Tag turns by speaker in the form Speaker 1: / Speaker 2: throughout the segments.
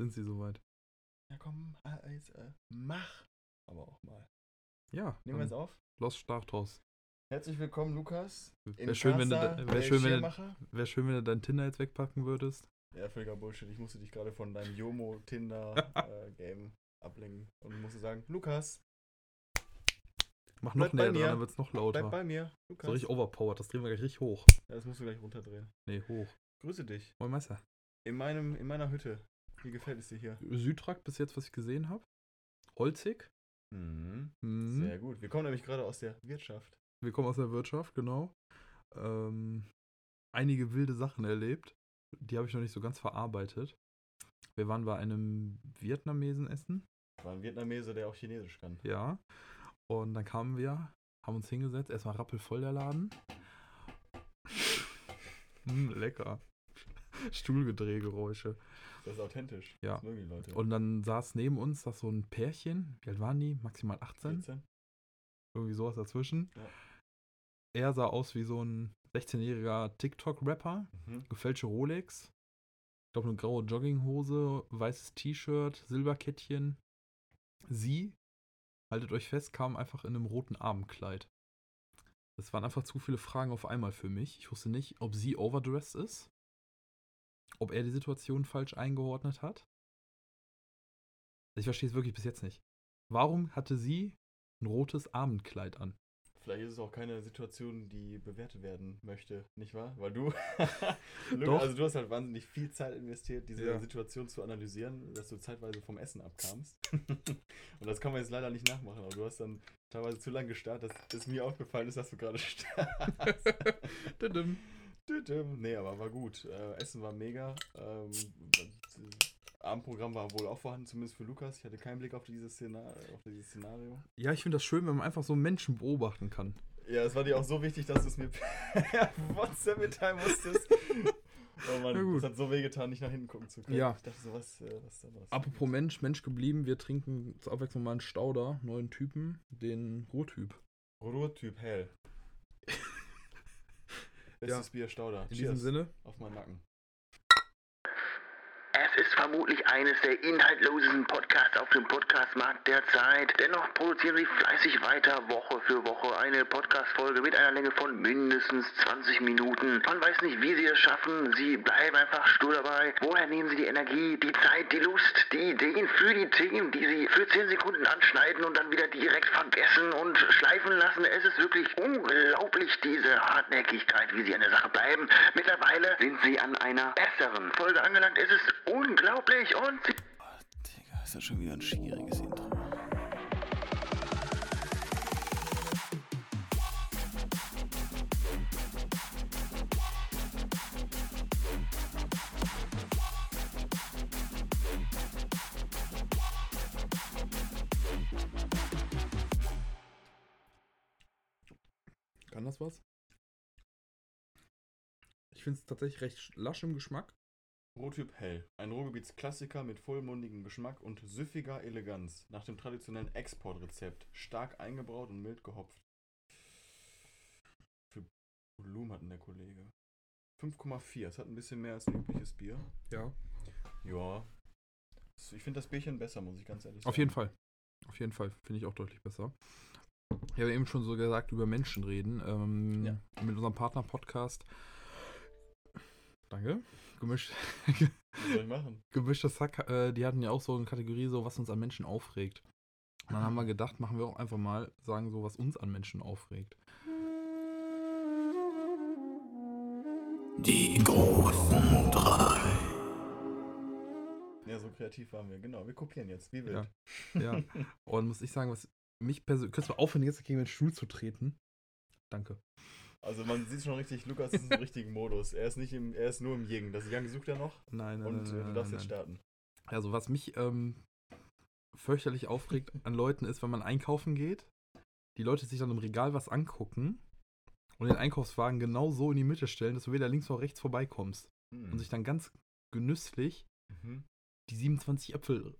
Speaker 1: sind sie soweit.
Speaker 2: Ja, komm, also, äh, mach aber auch mal.
Speaker 1: Ja,
Speaker 2: Nehmen wir
Speaker 1: dann
Speaker 2: es auf.
Speaker 1: Los Starthaus.
Speaker 2: Herzlich willkommen, Lukas. in
Speaker 1: Wäre schön, wenn du
Speaker 2: Casa
Speaker 1: da- wär
Speaker 2: del
Speaker 1: schön, wenn du-
Speaker 2: Schermacher.
Speaker 1: wär schön, wenn du dein Tinder jetzt wegpacken würdest.
Speaker 2: Ja, völliger Bullshit. Ich musste dich gerade von deinem Jomo-Tinder-Game ablenken und musste sagen, Lukas,
Speaker 1: Mach noch
Speaker 2: Bleib bei
Speaker 1: näher
Speaker 2: mir.
Speaker 1: dran, dann wird's noch
Speaker 2: bleib
Speaker 1: lauter.
Speaker 2: bei mir. Lukas.
Speaker 1: So richtig overpowered, das drehen wir gleich richtig hoch.
Speaker 2: ja, das musst du gleich runterdrehen.
Speaker 1: Nee, hoch.
Speaker 2: Grüße dich.
Speaker 1: Moin Meister.
Speaker 2: In, meinem, in meiner Hütte. Wie gefällt es dir hier?
Speaker 1: Südtrakt bis jetzt, was ich gesehen habe. Holzig.
Speaker 2: Mhm.
Speaker 1: Mhm.
Speaker 2: Sehr gut. Wir kommen nämlich gerade aus der Wirtschaft.
Speaker 1: Wir kommen aus der Wirtschaft, genau. Ähm, einige wilde Sachen erlebt. Die habe ich noch nicht so ganz verarbeitet. Wir waren bei einem Vietnamesen essen,
Speaker 2: War ein Vietnameser, der auch Chinesisch kann.
Speaker 1: ja. Und dann kamen wir, haben uns hingesetzt. Erstmal rappelvoll der Laden. Mm, lecker. Stuhlgedrehgeräusche.
Speaker 2: Das ist authentisch.
Speaker 1: Ja.
Speaker 2: Das mögen die Leute.
Speaker 1: Und dann saß neben uns das so ein Pärchen. Wie alt waren die? Maximal 18?
Speaker 2: 14?
Speaker 1: irgendwie sowas dazwischen.
Speaker 2: Ja.
Speaker 1: Er sah aus wie so ein 16-jähriger TikTok-Rapper,
Speaker 2: Mhm.
Speaker 1: gefälschte Rolex, ich glaube eine graue Jogginghose, weißes T-Shirt, Silberkettchen. Sie, haltet euch fest, kam einfach in einem roten Abendkleid. Das waren einfach zu viele Fragen auf einmal für mich. Ich wusste nicht, ob sie overdressed ist, ob er die Situation falsch eingeordnet hat. Ich verstehe es wirklich bis jetzt nicht. Warum hatte sie ein rotes Abendkleid an?
Speaker 2: Vielleicht ist es auch keine Situation, die bewertet werden möchte, nicht wahr? Weil du, Luke,
Speaker 1: Doch.
Speaker 2: also du hast halt wahnsinnig viel Zeit investiert, diese
Speaker 1: Ja.
Speaker 2: Situation zu analysieren, dass du zeitweise vom Essen abkamst. Und das kann man jetzt leider nicht nachmachen, aber du hast dann teilweise zu lange gestarrt, dass es mir aufgefallen ist, dass du gerade starrst.
Speaker 1: Didim.
Speaker 2: Tütüm. nee, aber war gut. Äh, Essen war mega. Ähm, Abendprogramm war wohl auch vorhanden, zumindest für Lukas. Ich hatte keinen Blick auf dieses, Szenar auf dieses Szenario.
Speaker 1: Ja, ich finde das schön, wenn man einfach so Menschen beobachten kann.
Speaker 2: Ja, es war dir auch so wichtig, dass du es mir per WhatsApp mitteilen musstest. Oh Mann,
Speaker 1: Na gut.
Speaker 2: das hat so wehgetan, nicht nach hinten gucken zu können.
Speaker 1: Ja.
Speaker 2: Ich dachte so, was, äh, was ist da los?
Speaker 1: Apropos Mensch, Mensch geblieben, wir trinken zur Abwechslung mal einen Stauder, neuen Typen, den Ruhrtyp.
Speaker 2: Ruhrtyp hell. Bestes Bier Stauder.
Speaker 1: In diesem Sinne,
Speaker 2: Auf meinen Nacken.
Speaker 3: Es ist vermutlich eines der inhaltlosesten Podcasts auf dem Podcastmarkt derzeit. Dennoch produzieren sie fleißig weiter Woche für Woche eine Podcast-Folge mit einer Länge von mindestens 20 Minuten. Man weiß nicht, wie sie es schaffen. Sie bleiben einfach stur dabei. Woher nehmen sie die Energie, die Zeit, die Lust, die Ideen für die Themen, die sie für 10 Sekunden anschneiden und dann wieder direkt vergessen und schleifen lassen? Es ist wirklich unglaublich, diese Hartnäckigkeit, wie sie an der Sache bleiben. Mittlerweile sind sie an einer besseren Folge angelangt. Es ist unglaublich und sie
Speaker 4: Digga, ist das schon wieder ein schwieriges Intro.
Speaker 1: kann das was? Ich finde es tatsächlich recht lasch im Geschmack.
Speaker 2: Ruhrtyp hell. Ein Ruhrgebietsklassiker mit vollmundigem Geschmack und süffiger Eleganz. Nach dem traditionellen Exportrezept. Stark eingebraut und mild gehopft. Für Volumen hat denn der Kollege? 5,4. Es hat ein bisschen mehr als ein übliches Bier.
Speaker 1: Ja.
Speaker 2: Ja. Ich finde das Bierchen besser, muss ich ganz ehrlich sagen.
Speaker 1: Auf jeden Fall. Auf jeden Fall finde ich auch deutlich besser. Ich habe eben schon so gesagt, über Menschen reden. Ähm,
Speaker 2: Ja.
Speaker 1: Mit unserem Partner-Podcast. Danke. Gemischt.
Speaker 2: Was soll ich machen?
Speaker 1: Gemischtes Hack, äh, die hatten ja auch so eine Kategorie, so was uns an Menschen aufregt. Und dann haben wir gedacht, machen wir auch einfach mal, sagen so, was uns an Menschen aufregt.
Speaker 4: Die großen drei.
Speaker 2: Ja, so kreativ waren wir. Genau, wir kopieren jetzt. Wie wild.
Speaker 1: Ja. Ja. Und muss ich sagen, was mich persönlich. Könntest du mal aufhören, jetzt gegen den Stuhl zu treten? Danke.
Speaker 2: Also man sieht schon richtig, Lukas ist im richtigen Modus. Er ist nicht im, er ist nur im Jägen. Das Yang sucht er noch.
Speaker 1: Nein, nein,
Speaker 2: Und
Speaker 1: nein,
Speaker 2: äh,
Speaker 1: nein,
Speaker 2: du darfst
Speaker 1: nein,
Speaker 2: jetzt
Speaker 1: nein.
Speaker 2: starten.
Speaker 1: Also, was mich ähm, fürchterlich aufregt an Leuten ist, wenn man einkaufen geht, die Leute sich dann im Regal was angucken und den Einkaufswagen genau so in die Mitte stellen, dass du weder links noch rechts vorbeikommst. Und sich dann ganz genüsslich
Speaker 2: Hm. mhm.
Speaker 1: die 27 Äpfel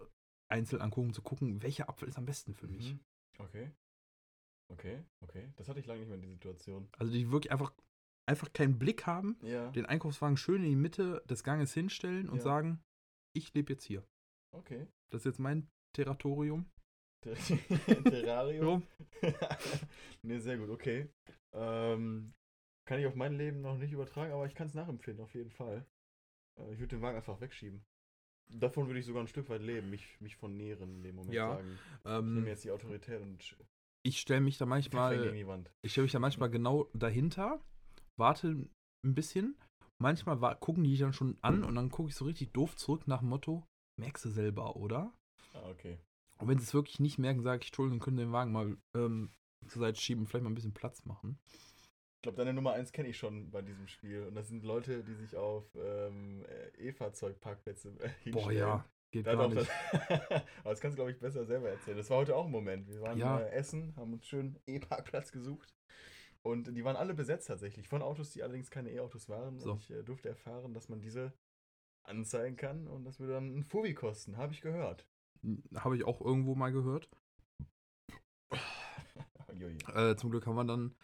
Speaker 1: einzeln angucken, um zu gucken, welcher Apfel ist am besten für mich.
Speaker 2: Mhm. Okay. Okay, okay. Das hatte ich lange nicht mehr die Situation.
Speaker 1: Also die wirklich einfach, einfach keinen Blick haben,
Speaker 2: Ja.
Speaker 1: den Einkaufswagen schön in die Mitte des Ganges hinstellen und
Speaker 2: Ja.
Speaker 1: sagen, ich lebe jetzt hier.
Speaker 2: Okay.
Speaker 1: Das ist jetzt mein Territorium.
Speaker 2: Ter- Terrarium. ne, sehr gut, okay. Ähm, kann ich auf mein Leben noch nicht übertragen, aber ich kann es nachempfinden, auf jeden Fall. Äh, ich würde den Wagen einfach wegschieben. Davon würde ich sogar ein Stück weit leben, mich, mich von nähren in dem Moment
Speaker 1: Ja,
Speaker 2: sagen. Ich nehme
Speaker 1: Ähm,
Speaker 2: jetzt die Autoritären und sch-
Speaker 1: ich stelle mich da
Speaker 2: Kaffee gegen
Speaker 1: manchmal,
Speaker 2: die Wand.
Speaker 1: ich stelle mich da manchmal genau dahinter, warte ein bisschen. Manchmal wa- gucken die dann schon an und dann gucke ich so richtig doof zurück nach dem Motto, merkst du selber, oder?
Speaker 2: Ah, okay.
Speaker 1: Und wenn sie es wirklich nicht merken, sage ich, Entschuldigung, können Sie den Wagen mal ähm, zur Seite schieben und vielleicht mal ein bisschen Platz machen.
Speaker 2: Ich glaube, deine Nummer 1 kenne ich schon bei diesem Spiel. Und das sind Leute, die sich auf ähm, äh, E-Fahrzeugparkplätze äh, hinstellen.
Speaker 1: Boah, ja, geht
Speaker 2: Da
Speaker 1: gar
Speaker 2: doch,
Speaker 1: nicht.
Speaker 2: das, aber das kannst du, glaube ich, besser selber erzählen. Das war heute auch ein Moment. Wir waren
Speaker 1: Ja.
Speaker 2: äh, essen, haben uns schön E-Parkplatz gesucht. Und die waren alle besetzt tatsächlich. Von Autos, die allerdings keine E-Autos waren.
Speaker 1: So.
Speaker 2: Und ich äh, durfte erfahren, dass man diese anzeigen kann und das würde dann einen Fubi kosten. Habe ich gehört.
Speaker 1: Habe ich auch irgendwo mal gehört.
Speaker 2: Uiui.
Speaker 1: Äh, zum Glück haben wir dann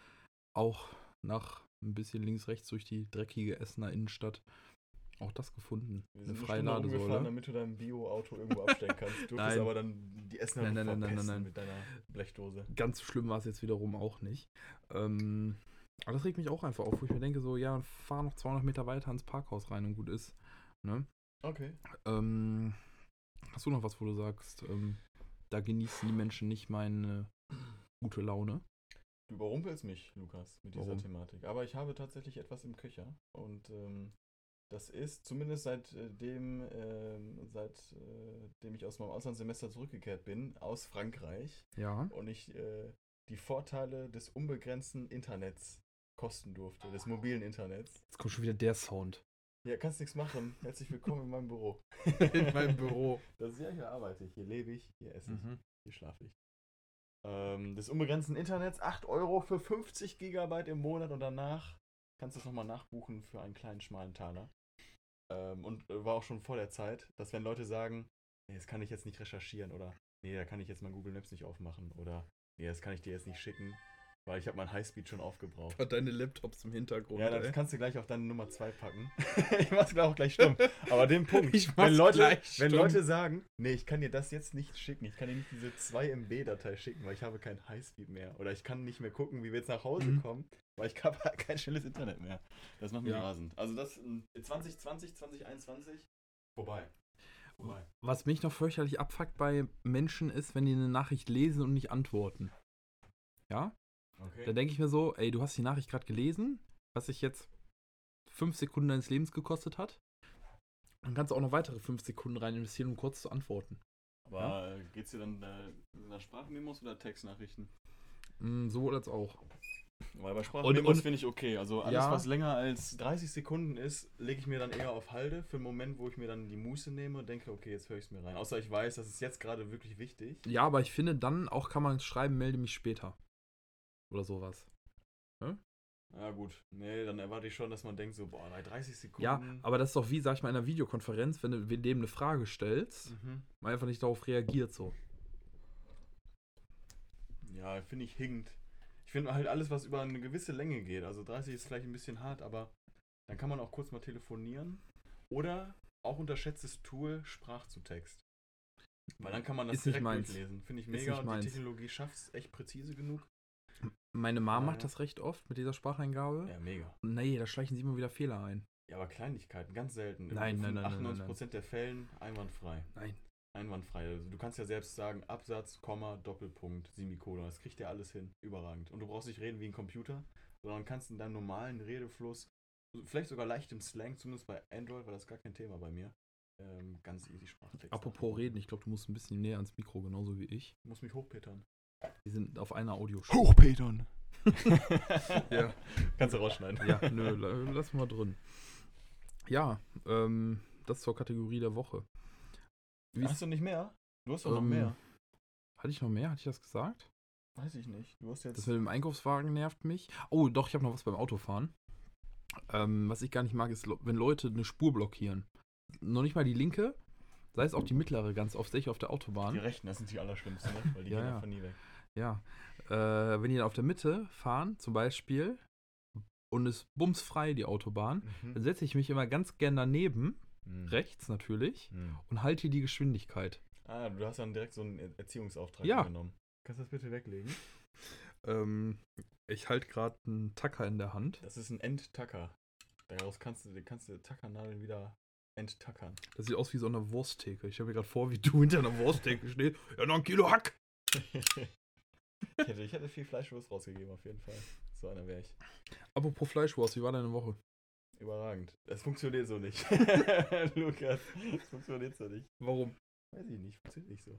Speaker 1: auch nach ein bisschen links, rechts durch die dreckige Essener Innenstadt auch das gefunden.
Speaker 2: Wir
Speaker 1: Eine
Speaker 2: sind
Speaker 1: freie
Speaker 2: Stunde rumgefahren,
Speaker 1: Ladesäule.
Speaker 2: damit du dein Bio-Auto irgendwo abstellen kannst. Du durftest
Speaker 1: Nein.
Speaker 2: aber dann die Essener
Speaker 1: Nein, nein, nein, nein,
Speaker 2: verpesten
Speaker 1: nein, nein.
Speaker 2: mit deiner Blechdose.
Speaker 1: Ganz schlimm war es jetzt wiederum auch nicht. Ähm, aber das regt mich auch einfach auf, wo ich mir denke, so, ja, fahr noch 200 Meter weiter ins Parkhaus rein und gut ist. Ne?
Speaker 2: Okay.
Speaker 1: Ähm, hast du noch was, wo du sagst, ähm, da genießen die Menschen nicht meine gute Laune?
Speaker 2: Du überrumpelst mich, Lukas, mit dieser
Speaker 1: Warum?
Speaker 2: Thematik. Aber ich habe tatsächlich etwas im Köcher. Und ähm, das ist zumindest seitdem, ähm, seitdem ich aus meinem Auslandssemester zurückgekehrt bin, aus Frankreich
Speaker 1: Ja.
Speaker 2: und ich äh, die Vorteile des unbegrenzten Internets kosten durfte, des mobilen Internets.
Speaker 1: Jetzt kommt schon wieder der Sound.
Speaker 2: Ja, kannst nichts machen. Herzlich willkommen in meinem Büro. Das ist ja, hier arbeite ich, hier lebe ich, hier esse
Speaker 1: Mhm.
Speaker 2: ich. Hier schlafe ich. Ähm, des unbegrenzten Internets 8 Euro für 50 Gigabyte im Monat und danach kannst du es nochmal nachbuchen für einen kleinen schmalen Taler. Ähm, und äh, war auch schon vor der Zeit, dass wenn Leute sagen, nee, das kann ich jetzt nicht recherchieren oder nee, da kann ich jetzt mein Google Maps nicht aufmachen oder nee, das kann ich dir jetzt nicht schicken, weil ich habe mein Highspeed schon aufgebraucht.
Speaker 1: Deine Laptops im Hintergrund.
Speaker 2: Ja, das kannst du gleich auf deine Nummer 2 packen. ich mach's gleich auch gleich stumm. Aber den Punkt,
Speaker 1: Ich mach's
Speaker 2: wenn, Leute,
Speaker 1: gleich
Speaker 2: wenn
Speaker 1: stumm.
Speaker 2: Leute sagen, nee, ich kann dir das jetzt nicht schicken, ich kann dir nicht diese 2 MB-Datei schicken, weil ich habe kein Highspeed mehr. Oder ich kann nicht mehr gucken, wie wir jetzt nach Hause
Speaker 1: Mhm.
Speaker 2: kommen, weil ich habe kein schnelles Internet mehr. Das macht mich
Speaker 1: Ja.
Speaker 2: rasend. Also das ähm, 2020, 2021, vorbei. Vorbei.
Speaker 1: Was mich noch fürchterlich abfuckt bei Menschen ist, wenn die eine Nachricht lesen und nicht antworten. Ja? Da
Speaker 2: Okay.
Speaker 1: denke ich mir so, ey, du hast die Nachricht gerade gelesen, was sich jetzt fünf Sekunden deines Lebens gekostet hat. Dann kannst du auch noch weitere fünf Sekunden rein investieren, um kurz zu antworten.
Speaker 2: Aber äh, geht's dir dann äh, nach Sprachmemos oder Textnachrichten?
Speaker 1: Mm, sowohl als auch.
Speaker 2: Weil bei Sprachmemos
Speaker 1: und-
Speaker 2: finde ich okay. Also alles,
Speaker 1: Ja.
Speaker 2: was länger als 30 Sekunden ist, lege ich mir dann eher auf Halde für einen Moment, wo ich mir dann die Muße nehme und denke, okay, jetzt höre ich es mir rein. Außer ich weiß, das ist jetzt gerade wirklich wichtig.
Speaker 1: Ja, aber ich finde, dann auch kann man schreiben, melde mich später. Oder sowas.
Speaker 2: Na gut, nee, dann erwarte ich schon, dass man denkt so, boah, bei 30 Sekunden.
Speaker 1: Ja, aber das ist doch wie, sag ich mal, in einer Videokonferenz, wenn du wenn dem eine Frage stellst,
Speaker 2: Mhm.
Speaker 1: man einfach nicht darauf reagiert so.
Speaker 2: Ja, finde ich hinkt. Ich finde halt alles, was über eine gewisse Länge geht. Also 30 ist vielleicht ein bisschen hart, aber dann kann man auch kurz mal telefonieren. Oder auch unterschätztes Tool Sprach zu Text. Weil dann kann man das
Speaker 1: Ist nicht
Speaker 2: direkt
Speaker 1: meins.
Speaker 2: durchlesen. Finde ich
Speaker 1: Ist
Speaker 2: mega
Speaker 1: nicht
Speaker 2: und die
Speaker 1: meins.
Speaker 2: Technologie schafft es echt präzise genug.
Speaker 1: Meine Mama
Speaker 2: Ja, ja.
Speaker 1: macht das recht oft mit dieser Spracheingabe.
Speaker 2: Ja, mega.
Speaker 1: Nee, da schleichen sie immer wieder Fehler ein.
Speaker 2: Ja, aber Kleinigkeiten, ganz selten.
Speaker 1: Nein,
Speaker 2: In
Speaker 1: nein, nein, nein,
Speaker 2: 98%
Speaker 1: nein,
Speaker 2: der Fällen einwandfrei.
Speaker 1: Nein.
Speaker 2: Einwandfrei. Also du kannst ja selbst sagen, Absatz, Komma, Doppelpunkt, Semikolon. Das kriegt der alles hin. Überragend. Und du brauchst nicht reden wie ein Computer, sondern kannst in deinem normalen Redefluss, vielleicht sogar leicht im Slang, zumindest bei Android war das gar kein Thema bei mir, ähm, ganz easy Sprachtext.
Speaker 1: Apropos Reden, ich glaube, du musst ein bisschen näher ans Mikro, genauso wie ich.
Speaker 2: Ich muss mich hochpetern.
Speaker 1: Wir sind auf einer Audiospur.
Speaker 2: Hochpetern!
Speaker 1: Ja.
Speaker 2: Kannst du rausschneiden.
Speaker 1: Ja, nö, la- lass mal drin. Ja, ähm, das zur Kategorie der Woche. Wie
Speaker 2: Hast
Speaker 1: ist,
Speaker 2: du nicht mehr? Du hast doch noch
Speaker 1: Ähm,
Speaker 2: mehr.
Speaker 1: hatte ich noch mehr? Hatte ich das gesagt?
Speaker 2: Weiß ich nicht. Du hast jetzt.
Speaker 1: Das mit dem Einkaufswagen nervt mich. Oh, doch, ich habe noch was beim Autofahren. Ähm, was ich gar nicht mag, ist, lo- wenn Leute eine Spur blockieren. Noch nicht mal die linke, sei es auch die mittlere, ganz oft, sehe ich auf der Autobahn.
Speaker 2: Die Rechten, das sind die Allerschlimmsten, ne? weil die
Speaker 1: Ja,
Speaker 2: gehen
Speaker 1: ja.
Speaker 2: einfach nie weg.
Speaker 1: Ja. Äh, wenn die dann auf der Mitte fahren, zum Beispiel, und es bumsfrei die Autobahn, dann setze ich mich immer ganz gern daneben
Speaker 2: Mhm.
Speaker 1: Also, rechts natürlich,
Speaker 2: Mhm.
Speaker 1: und halte hier die Geschwindigkeit.
Speaker 2: Ah, du hast dann direkt so einen Er- Erziehungsauftrag
Speaker 1: Ja.
Speaker 2: genommen. Kannst du das bitte weglegen?
Speaker 1: Ähm, ich halte gerade einen Tacker in der Hand.
Speaker 2: Das ist ein Enttacker. Daraus kannst du, kannst du Tackernadeln wieder enttackern.
Speaker 1: Das sieht aus wie so eine Wursttheke. Ich habe mir gerade vor, wie du hinter einer Wursttheke stehst. Ja, noch ein Kilo Hack.
Speaker 2: ich, hätte, ich hätte viel Fleischwurst rausgegeben, auf jeden Fall. So einer wäre ich.
Speaker 1: Apropos Fleischwurst, wie war deine Woche?
Speaker 2: Überragend. Das funktioniert so nicht. Lukas, das funktioniert so nicht.
Speaker 1: Warum?
Speaker 2: Weiß ich nicht, funktioniert nicht so.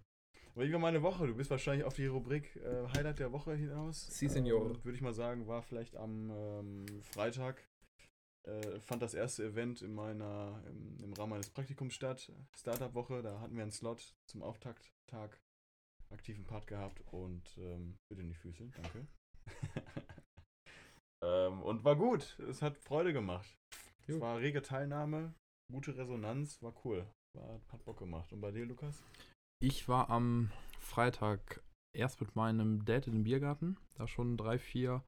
Speaker 2: Aber wie war meine Woche? Du bist wahrscheinlich auf die Rubrik äh, Highlight der Woche hinaus. Ähm,
Speaker 1: Si, Signore.
Speaker 2: Würde ich mal sagen, war vielleicht am ähm, Freitag. Äh, fand das erste Event in meiner, im, im Rahmen meines Praktikums statt. Startup-Woche, da hatten wir einen Slot zum Auftakttag. Aktiven Part gehabt und ähm, bitte nicht Füße, danke. ähm, und war gut. Es hat Freude gemacht. Es
Speaker 1: Jo.
Speaker 2: war rege Teilnahme, gute Resonanz, war cool. War, hat Bock gemacht. Und bei dir, Lukas?
Speaker 1: Ich war am Freitag erst mit meinem Dad in den Biergarten. Da schon drei, vier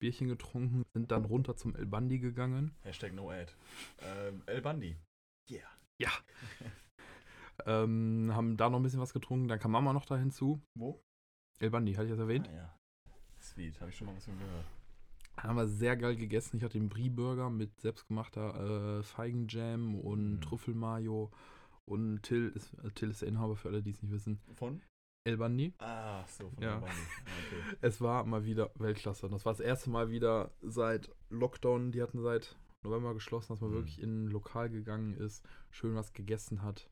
Speaker 1: Bierchen getrunken, sind dann runter zum El Bandi gegangen.
Speaker 2: Hashtag no ad. Ähm, El Bandi. Yeah.
Speaker 1: Ähm, haben da noch ein bisschen was getrunken. Dann kam Mama noch da hinzu.
Speaker 2: Wo?
Speaker 1: El Bandi, hatte ich das erwähnt.
Speaker 2: Ah, ja. Sweet, habe ich schon mal was von gehört.
Speaker 1: Haben wir sehr geil gegessen. Ich hatte den Brie-Burger mit selbstgemachter äh, Feigenjam und
Speaker 2: Mhm.
Speaker 1: Trüffelmayo. Und Till ist, äh, Till ist der Inhaber für alle, die es nicht wissen.
Speaker 2: Von?
Speaker 1: El Bandi.
Speaker 2: Ah, so, von
Speaker 1: Ja.
Speaker 2: El Bandi. Ah, Okay.
Speaker 1: Es war mal wieder Weltklasse. Und das war das erste Mal wieder seit Lockdown. Die hatten seit November geschlossen, dass man
Speaker 2: Mhm.
Speaker 1: wirklich in ein Lokal gegangen ist, schön was gegessen hat,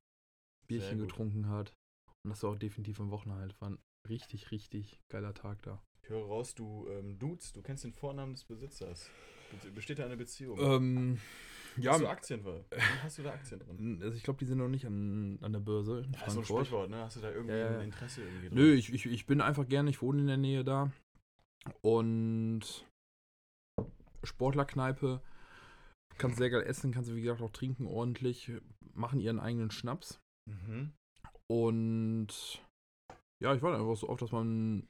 Speaker 1: Bierchen
Speaker 2: gut.
Speaker 1: getrunken hat. Und das war auch definitiv am Wochenende. War ein richtig, richtig geiler Tag da.
Speaker 2: Ich höre raus, du ähm, dudes, du kennst den Vornamen des Besitzers. Be- Besteht da eine Beziehung?
Speaker 1: Ähm, ja,
Speaker 2: hast du Aktien drin? Hast du da Aktien drin?
Speaker 1: m- also ich glaube, die sind noch nicht an, an der Börse in
Speaker 2: Ja, ist so ein
Speaker 1: Frankfurt.
Speaker 2: Sprichwort, ne? Hast du da irgendwie
Speaker 1: Ja, ja.
Speaker 2: ein Interesse irgendwie drin?
Speaker 1: Nö, ich, ich, ich bin einfach gerne, ich wohne in der Nähe da. Und Sportlerkneipe, kannst sehr geil essen, kannst du wie gesagt auch trinken ordentlich, machen ihren eigenen Schnaps.
Speaker 2: Mhm.
Speaker 1: Und ja, ich war dann einfach so oft, dass man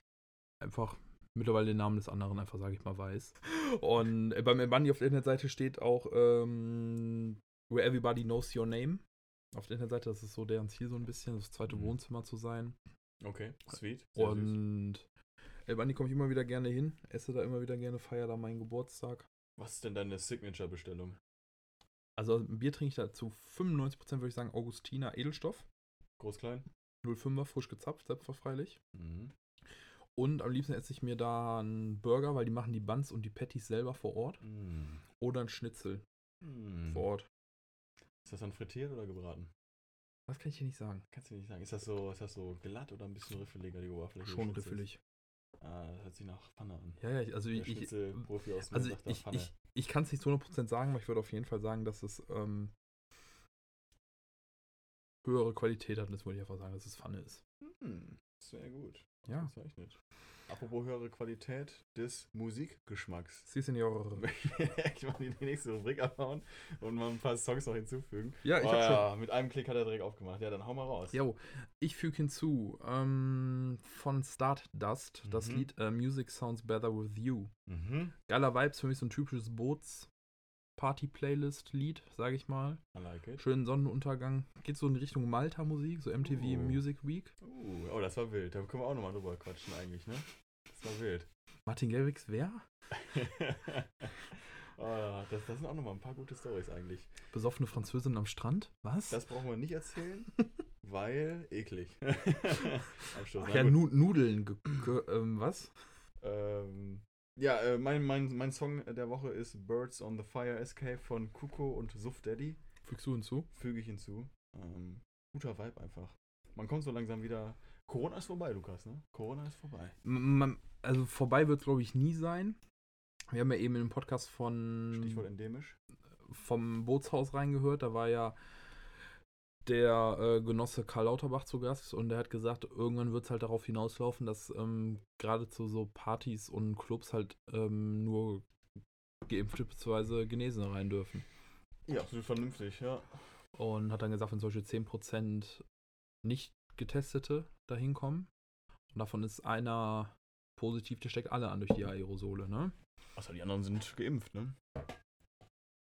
Speaker 1: einfach mittlerweile den Namen des anderen einfach, sage ich mal, weiß. Und äh, beim Bunny auf der Internetseite steht auch ähm, Where Everybody Knows Your Name. Auf der Internetseite, das ist so deren Ziel so ein bisschen, das zweite
Speaker 2: Mhm.
Speaker 1: Wohnzimmer zu sein.
Speaker 2: Okay, sweet. Sehr süß.
Speaker 1: Und El Bandi komme ich immer wieder gerne hin, esse da immer wieder gerne, feiere da meinen Geburtstag.
Speaker 2: Was ist denn deine Signature-Bestellung?
Speaker 1: Also ein Bier trinke ich da zu 95% würde ich sagen Augustiner Edelstoff.
Speaker 2: Groß, klein?
Speaker 1: 05er, frisch gezapft, selbstverfreilich.
Speaker 2: Mhm.
Speaker 1: Und am liebsten esse ich mir da einen Burger, weil die machen die Buns und die Patties selber vor Ort.
Speaker 2: Mhm.
Speaker 1: Oder ein Schnitzel vor Ort.
Speaker 2: Hm. Ist das dann frittiert oder gebraten?
Speaker 1: Das kann ich dir nicht sagen.
Speaker 2: Kannst du nicht sagen. Ist das so, ist das so glatt oder ein bisschen riffeliger, die Oberfläche?
Speaker 1: Schon
Speaker 2: des Schnitzels?
Speaker 1: riffelig.
Speaker 2: Ah, das hört sich nach Pfanne an.
Speaker 1: Ja, ja, ich- also
Speaker 2: Der
Speaker 1: ich, ich,
Speaker 2: Schnitzelprofi aus mir
Speaker 1: Also
Speaker 2: sagt da
Speaker 1: ich,
Speaker 2: Pfanne.
Speaker 1: ich, ich kann es nicht zu 100% sagen, aber ich würde auf jeden Fall sagen, dass es ähm, höhere Qualität hat. Und das würde ich einfach sagen, dass es Pfanne ist.
Speaker 2: Hm, sehr gut.
Speaker 1: Ja.
Speaker 2: Ausgezeichnet. Apropos höhere Qualität des Musikgeschmacks.
Speaker 1: Sie sind ja
Speaker 2: ich mal in die nächste Rubrik abhauen und mal ein paar Songs noch hinzufügen.
Speaker 1: Ja, ich
Speaker 2: oh,
Speaker 1: hab schon.
Speaker 2: ja, mit einem Klick hat er direkt aufgemacht. Ja, dann hau mal raus.
Speaker 1: Äh, Jo, ich füge hinzu ähm, von Stardust das
Speaker 2: Mhm.
Speaker 1: Lied äh, Music Sounds Better With You.
Speaker 2: Mhm.
Speaker 1: Geiler Vibes, für mich so ein typisches Boots-Party-Playlist-Lied, sage ich mal.
Speaker 2: I like it.
Speaker 1: Schönen Sonnenuntergang. Geht so in Richtung Malta-Musik, so MTV
Speaker 2: Oh.
Speaker 1: Music Week.
Speaker 2: Uh, oh, das war wild. Da können wir auch nochmal drüber quatschen eigentlich, ne? Das war wild.
Speaker 1: Martin Garrix, wer?
Speaker 2: oh, das, das sind auch nochmal ein paar gute Stories eigentlich.
Speaker 1: Besoffene Französin am Strand? Was?
Speaker 2: Das brauchen wir nicht erzählen, weil eklig. Am Schluss.
Speaker 1: Ach
Speaker 2: Na
Speaker 1: ja,
Speaker 2: gut.
Speaker 1: nu Nudeln. Ge ge ähm, was?
Speaker 2: ähm, ja äh, mein, mein, mein Song der Woche ist Birds on the Fire Escape von Kuko und Suff Daddy.
Speaker 1: Fügst du hinzu?
Speaker 2: Füge ich hinzu. Ähm, guter Vibe einfach. Man kommt so langsam wieder. Corona ist vorbei, Lukas, ne? Corona ist vorbei.
Speaker 1: M- Man, also vorbei wird es, glaube ich, nie sein. Wir haben ja eben im Podcast von
Speaker 2: Stichwort endemisch.
Speaker 1: vom Bootshaus reingehört. Da war ja der äh, Genosse Karl Lauterbach zu Gast und der hat gesagt, irgendwann wird es halt darauf hinauslaufen, dass ähm, gerade zu so Partys und Clubs halt ähm, nur Geimpfte bzw. Genesene rein dürfen.
Speaker 2: Ja, absolut vernünftig, ja.
Speaker 1: Und hat dann gesagt, wenn zum Beispiel 10% nicht Getestete dahin kommen, und davon ist einer positiv, der steckt alle an durch die Aerosole, ne?
Speaker 2: Außer die anderen sind geimpft, ne?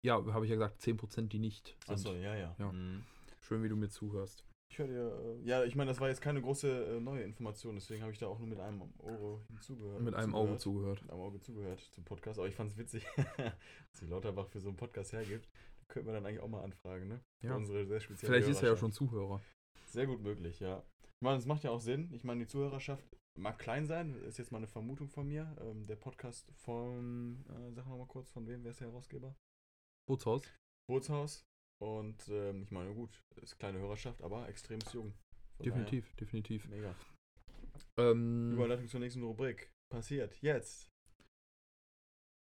Speaker 1: Ja, habe ich ja gesagt, 10%, die nicht sind.
Speaker 2: Achso, ja, ja.
Speaker 1: Ja.
Speaker 2: Mhm.
Speaker 1: Schön, wie du mir zuhörst.
Speaker 2: Ich höre dir, äh, ja, ich meine, das war jetzt keine große äh, neue Information, deswegen habe ich da auch nur mit einem Ohr hinzugehört.
Speaker 1: Mit einem Auge zugehört.
Speaker 2: Mit einem Auge zugehört zum Podcast, aber ich fand es witzig, dass die Lauterbach für so einen Podcast hergibt. Könnte man dann eigentlich auch mal anfragen, ne? Für
Speaker 1: Ja.
Speaker 2: Unsere sehr spezielle
Speaker 1: Vielleicht ist er ja
Speaker 2: Hörerschaft.
Speaker 1: schon Zuhörer.
Speaker 2: Sehr gut möglich, ja. Ich meine, das macht ja auch Sinn. Ich meine, die Zuhörerschaft mag klein sein, ist jetzt mal eine Vermutung von mir. Ähm, der Podcast von, äh, sag nochmal kurz, von wem, wer ist der Herausgeber?
Speaker 1: Bootshaus.
Speaker 2: Bootshaus. Und ähm, ich meine, gut, ist kleine Hörerschaft, aber extremes Jung. Von
Speaker 1: Definitiv, definitiv.
Speaker 2: daher, Mega.
Speaker 1: Ähm,
Speaker 2: Überleitung zur nächsten Rubrik. Passiert jetzt.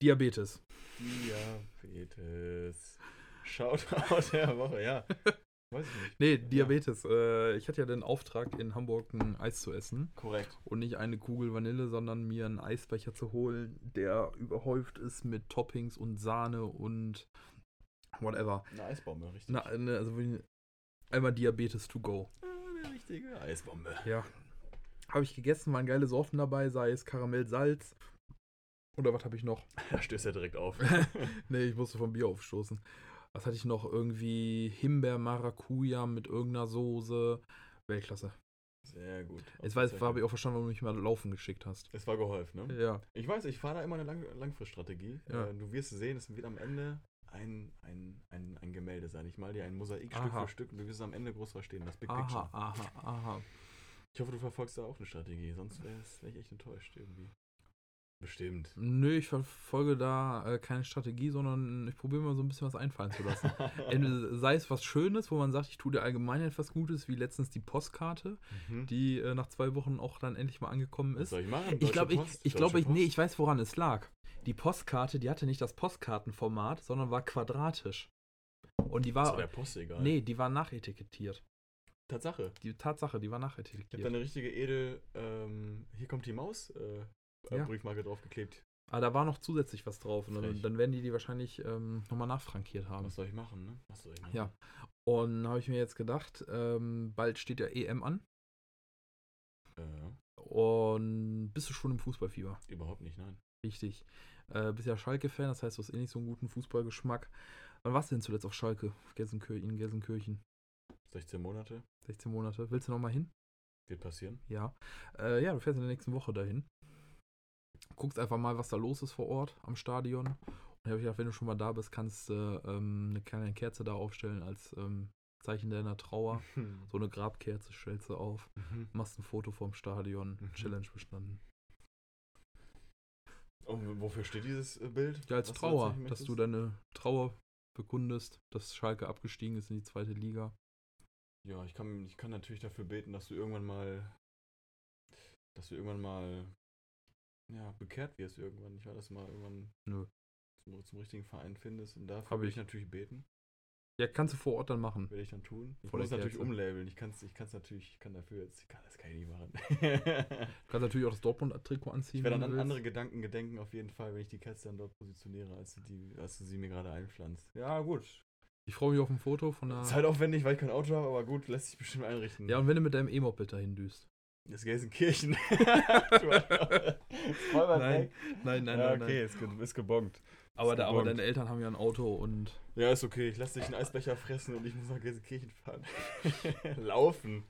Speaker 1: Diabetes.
Speaker 2: Diabetes. Shoutout der Woche, ja. Weiß ich nicht.
Speaker 1: Nee, Diabetes. Äh, ich hatte ja den Auftrag, in Hamburg ein Eis zu essen.
Speaker 2: Korrekt.
Speaker 1: Und nicht eine Kugel Vanille, sondern mir einen Eisbecher zu holen, der überhäuft ist mit Toppings und Sahne und whatever.
Speaker 2: Eine Eisbombe, richtig.
Speaker 1: Na, ne, also wie- einmal Diabetes to go.
Speaker 2: eine richtige Eisbombe.
Speaker 1: Ja. Habe ich gegessen, waren geile Sorten dabei, sei es Karamell, Salz. Oder was habe ich noch?
Speaker 2: Da stößt er direkt auf.
Speaker 1: Nee, ich musste vom Bier aufstoßen. Was hatte ich noch? Irgendwie Himbeer, Maracuja mit irgendeiner Soße. Weltklasse.
Speaker 2: Oh, Sehr gut.
Speaker 1: Jetzt weiß, habe ich auch verstanden, warum du mich mal laufen geschickt hast.
Speaker 2: Es war geholfen, ne?
Speaker 1: Ja.
Speaker 2: Ich weiß, ich fahre da immer eine Lang Langfriststrategie.
Speaker 1: Ja.
Speaker 2: Äh, du wirst sehen, es wird am Ende ein, ein, ein, ein Gemälde, sag ich mal, dir ein Mosaik Stück
Speaker 1: Aha.
Speaker 2: für Stück und du wirst es am Ende groß verstehen, das Big
Speaker 1: Aha,
Speaker 2: Picture.
Speaker 1: aha, aha.
Speaker 2: Ich hoffe, du verfolgst da auch eine Strategie, sonst wäre ich echt enttäuscht irgendwie. Bestimmt.
Speaker 1: Nö, ich verfolge da äh, keine Strategie, sondern ich probiere mal so ein bisschen was einfallen zu lassen. Entweder sei es was Schönes, wo man sagt, ich tue dir allgemein etwas Gutes, wie letztens die Postkarte,
Speaker 2: Mhm.
Speaker 1: die äh, nach zwei Wochen auch dann endlich mal angekommen
Speaker 2: Was
Speaker 1: ist.
Speaker 2: soll ich machen?
Speaker 1: Ich
Speaker 2: Deutsche
Speaker 1: glaube, ich,
Speaker 2: Post?
Speaker 1: ich, glaube, ich,
Speaker 2: Deutsche
Speaker 1: nee,
Speaker 2: Post?
Speaker 1: ich weiß, woran es lag. Die Postkarte, die hatte nicht das Postkartenformat, sondern war quadratisch. Und die
Speaker 2: Das war
Speaker 1: war,
Speaker 2: der Post egal.
Speaker 1: nee, die war nachetikettiert.
Speaker 2: Tatsache.
Speaker 1: Die Tatsache, die war
Speaker 2: Ich habe da
Speaker 1: nachetikettiert.
Speaker 2: eine richtige edel, ähm, hier kommt die Maus, äh,
Speaker 1: Ja.
Speaker 2: Briefmarke draufgeklebt.
Speaker 1: Aber Ah, da war noch zusätzlich was drauf. Und dann,
Speaker 2: Frech.
Speaker 1: dann werden die die wahrscheinlich ähm, nochmal nachfrankiert haben.
Speaker 2: Was soll ich machen, ne? Was soll ich machen?
Speaker 1: Ja. Und habe ich mir jetzt gedacht, ähm, bald steht ja EM an.
Speaker 2: Äh,
Speaker 1: Und bist du schon im Fußballfieber?
Speaker 2: überhaupt nicht, nein.
Speaker 1: Richtig. Äh, bist ja Schalke-Fan, das heißt, du hast eh nicht so einen guten Fußballgeschmack. Wann warst du denn zuletzt auf Schalke? Gelsenkir in Gelsenkirchen.
Speaker 2: 16 Monate,
Speaker 1: 16 Monate. Willst du nochmal hin?
Speaker 2: wird passieren.
Speaker 1: Ja. Äh, ja, du fährst in der nächsten Woche dahin. Guckst einfach mal, was da los ist vor Ort am Stadion. Und da habe ich gedacht, wenn du schon mal da bist, kannst du ähm, eine kleine Kerze da aufstellen als ähm, Zeichen deiner Trauer. So eine Grabkerze stellst du auf.
Speaker 2: Mhm.
Speaker 1: machst ein Foto vom Stadion,
Speaker 2: Mhm.
Speaker 1: Challenge bestanden.
Speaker 2: Und wofür steht dieses äh, Bild?
Speaker 1: Ja, als
Speaker 2: was
Speaker 1: Trauer,
Speaker 2: erzählen
Speaker 1: dass
Speaker 2: möchtest?
Speaker 1: du deine Trauer bekundest, dass Schalke abgestiegen ist in die zweite Liga.
Speaker 2: Ja, ich kann, ich kann natürlich dafür beten, dass du irgendwann mal. Dass du irgendwann mal. Ja, bekehrt wirst irgendwann. Ich war das mal irgendwann.
Speaker 1: Nö.
Speaker 2: Zum, zum richtigen Verein findest. Und dafür
Speaker 1: Hab
Speaker 2: will
Speaker 1: ich.
Speaker 2: ich natürlich beten.
Speaker 1: Ja, kannst du vor Ort dann machen.
Speaker 2: Werde ich dann tun. Ich
Speaker 1: Vor der
Speaker 2: muss natürlich
Speaker 1: Kerze.
Speaker 2: umlabeln. Ich kann es ich kann's natürlich. Ich kann dafür jetzt. Ich kann, das kann ich nicht machen.
Speaker 1: Du kannst natürlich auch das Dortmund-Trikot anziehen.
Speaker 2: ich
Speaker 1: wenn
Speaker 2: werde dann an
Speaker 1: du
Speaker 2: andere
Speaker 1: willst.
Speaker 2: Gedanken gedenken, auf jeden Fall, wenn ich die Kerze dann dort positioniere, als du, die, als du sie mir gerade einpflanzt. Ja, gut.
Speaker 1: Ich freue mich auf ein Foto von einer.
Speaker 2: Zeitaufwendig, weil ich kein Auto habe, aber gut, lässt sich bestimmt einrichten.
Speaker 1: Ja, und wenn du mit deinem E-Moped dahin düst.
Speaker 2: Das Gelsenkirchen. Du Arschloch. Voll weit
Speaker 1: Nein,
Speaker 2: weg.
Speaker 1: nein, nein,
Speaker 2: ja,
Speaker 1: nein,
Speaker 2: okay, Ist, ge ist gebongt.
Speaker 1: Aber, da, aber
Speaker 2: gebongt.
Speaker 1: deine Eltern haben ja ein Auto und.
Speaker 2: Ja, ist okay. Ich lasse dich einen Eisbecher fressen und ich muss nach Gelsenkirchen fahren. Laufen.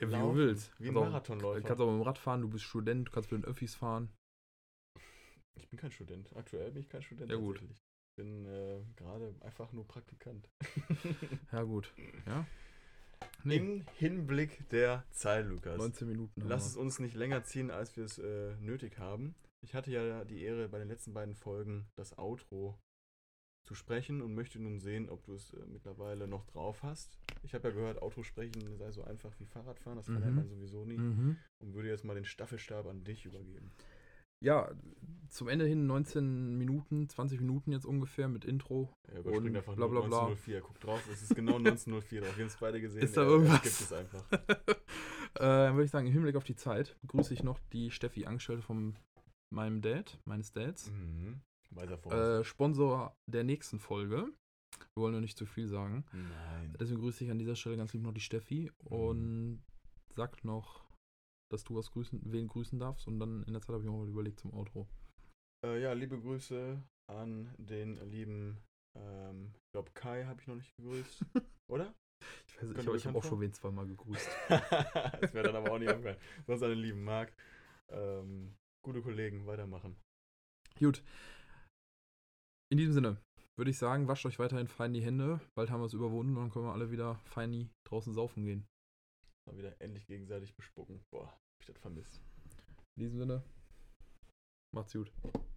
Speaker 1: Ja, wie
Speaker 2: Laufen,
Speaker 1: du willst.
Speaker 2: Genau. Wie ein
Speaker 1: Kannst auch-
Speaker 2: Marathonläufer.
Speaker 1: Kannst auch mit dem Rad fahren, du bist Student, du kannst mit den Öffis fahren.
Speaker 2: ich bin kein Student. Aktuell bin ich kein Student.
Speaker 1: Ja, gut.
Speaker 2: tatsächlich. Ich bin äh, gerade einfach nur Praktikant.
Speaker 1: Ja, gut. Ja. Nee,
Speaker 2: Im Hinblick der Zeit, Lukas.
Speaker 1: 19 Minuten. haben
Speaker 2: Lass
Speaker 1: wir.
Speaker 2: es uns nicht länger ziehen, als wir es äh, nötig haben. Ich hatte ja die Ehre, bei den letzten beiden Folgen das Outro zu sprechen und möchte nun sehen, ob du es äh, mittlerweile noch drauf hast. Ich habe ja gehört, Outro sprechen sei so einfach wie Fahrradfahren, das verlernt
Speaker 1: Mhm.
Speaker 2: man sowieso nie.
Speaker 1: mhm.
Speaker 2: Und würde jetzt mal den Staffelstab an dich übergeben.
Speaker 1: ja, zum Ende hin 19 Minuten, 20 Minuten jetzt ungefähr mit Intro.
Speaker 2: Er überspringt
Speaker 1: Und
Speaker 2: einfach
Speaker 1: bla, bla,
Speaker 2: nur
Speaker 1: bla.
Speaker 2: 1904. Guck drauf, es ist genau 1904 drauf. Wir haben es beide gesehen.
Speaker 1: Ist da
Speaker 2: er- er
Speaker 1: irgendwas?
Speaker 2: skippt es einfach.
Speaker 1: äh, dann würde ich sagen, im Hinblick auf die Zeit begrüße ich noch die Steffi Angestellte von meinem Dad, meines Dads.
Speaker 2: Mhm. Weiser Voraus.
Speaker 1: Äh, Sponsor der nächsten Folge. Wir wollen noch nicht zu viel sagen.
Speaker 2: Nein.
Speaker 1: Deswegen grüße ich an dieser Stelle ganz lieb noch die Steffi und sag noch, dass du was grüßen, wen grüßen darfst. Und dann in der Zeit habe ich mir auch mal überlegt zum Outro.
Speaker 2: Äh, ja, liebe Grüße an den lieben äh, Ähm, ich glaube, Kai habe ich noch nicht gegrüßt. Oder?
Speaker 1: Ich weiß,
Speaker 2: Könnte
Speaker 1: ich habe hab
Speaker 2: bekannt
Speaker 1: auch schon
Speaker 2: sein.
Speaker 1: wen zweimal gegrüßt.
Speaker 2: das wäre dann aber auch nicht aufgefallen. Sonst an den lieben Marc. Ähm, gute Kollegen, weitermachen.
Speaker 1: Gut. In diesem Sinne würde ich sagen, wascht euch weiterhin fein die Hände. Bald haben wir es überwunden und dann können wir alle wieder feini draußen saufen gehen.
Speaker 2: Mal wieder endlich gegenseitig bespucken. Boah, hab ich das vermisst.
Speaker 1: In diesem Sinne, macht's gut.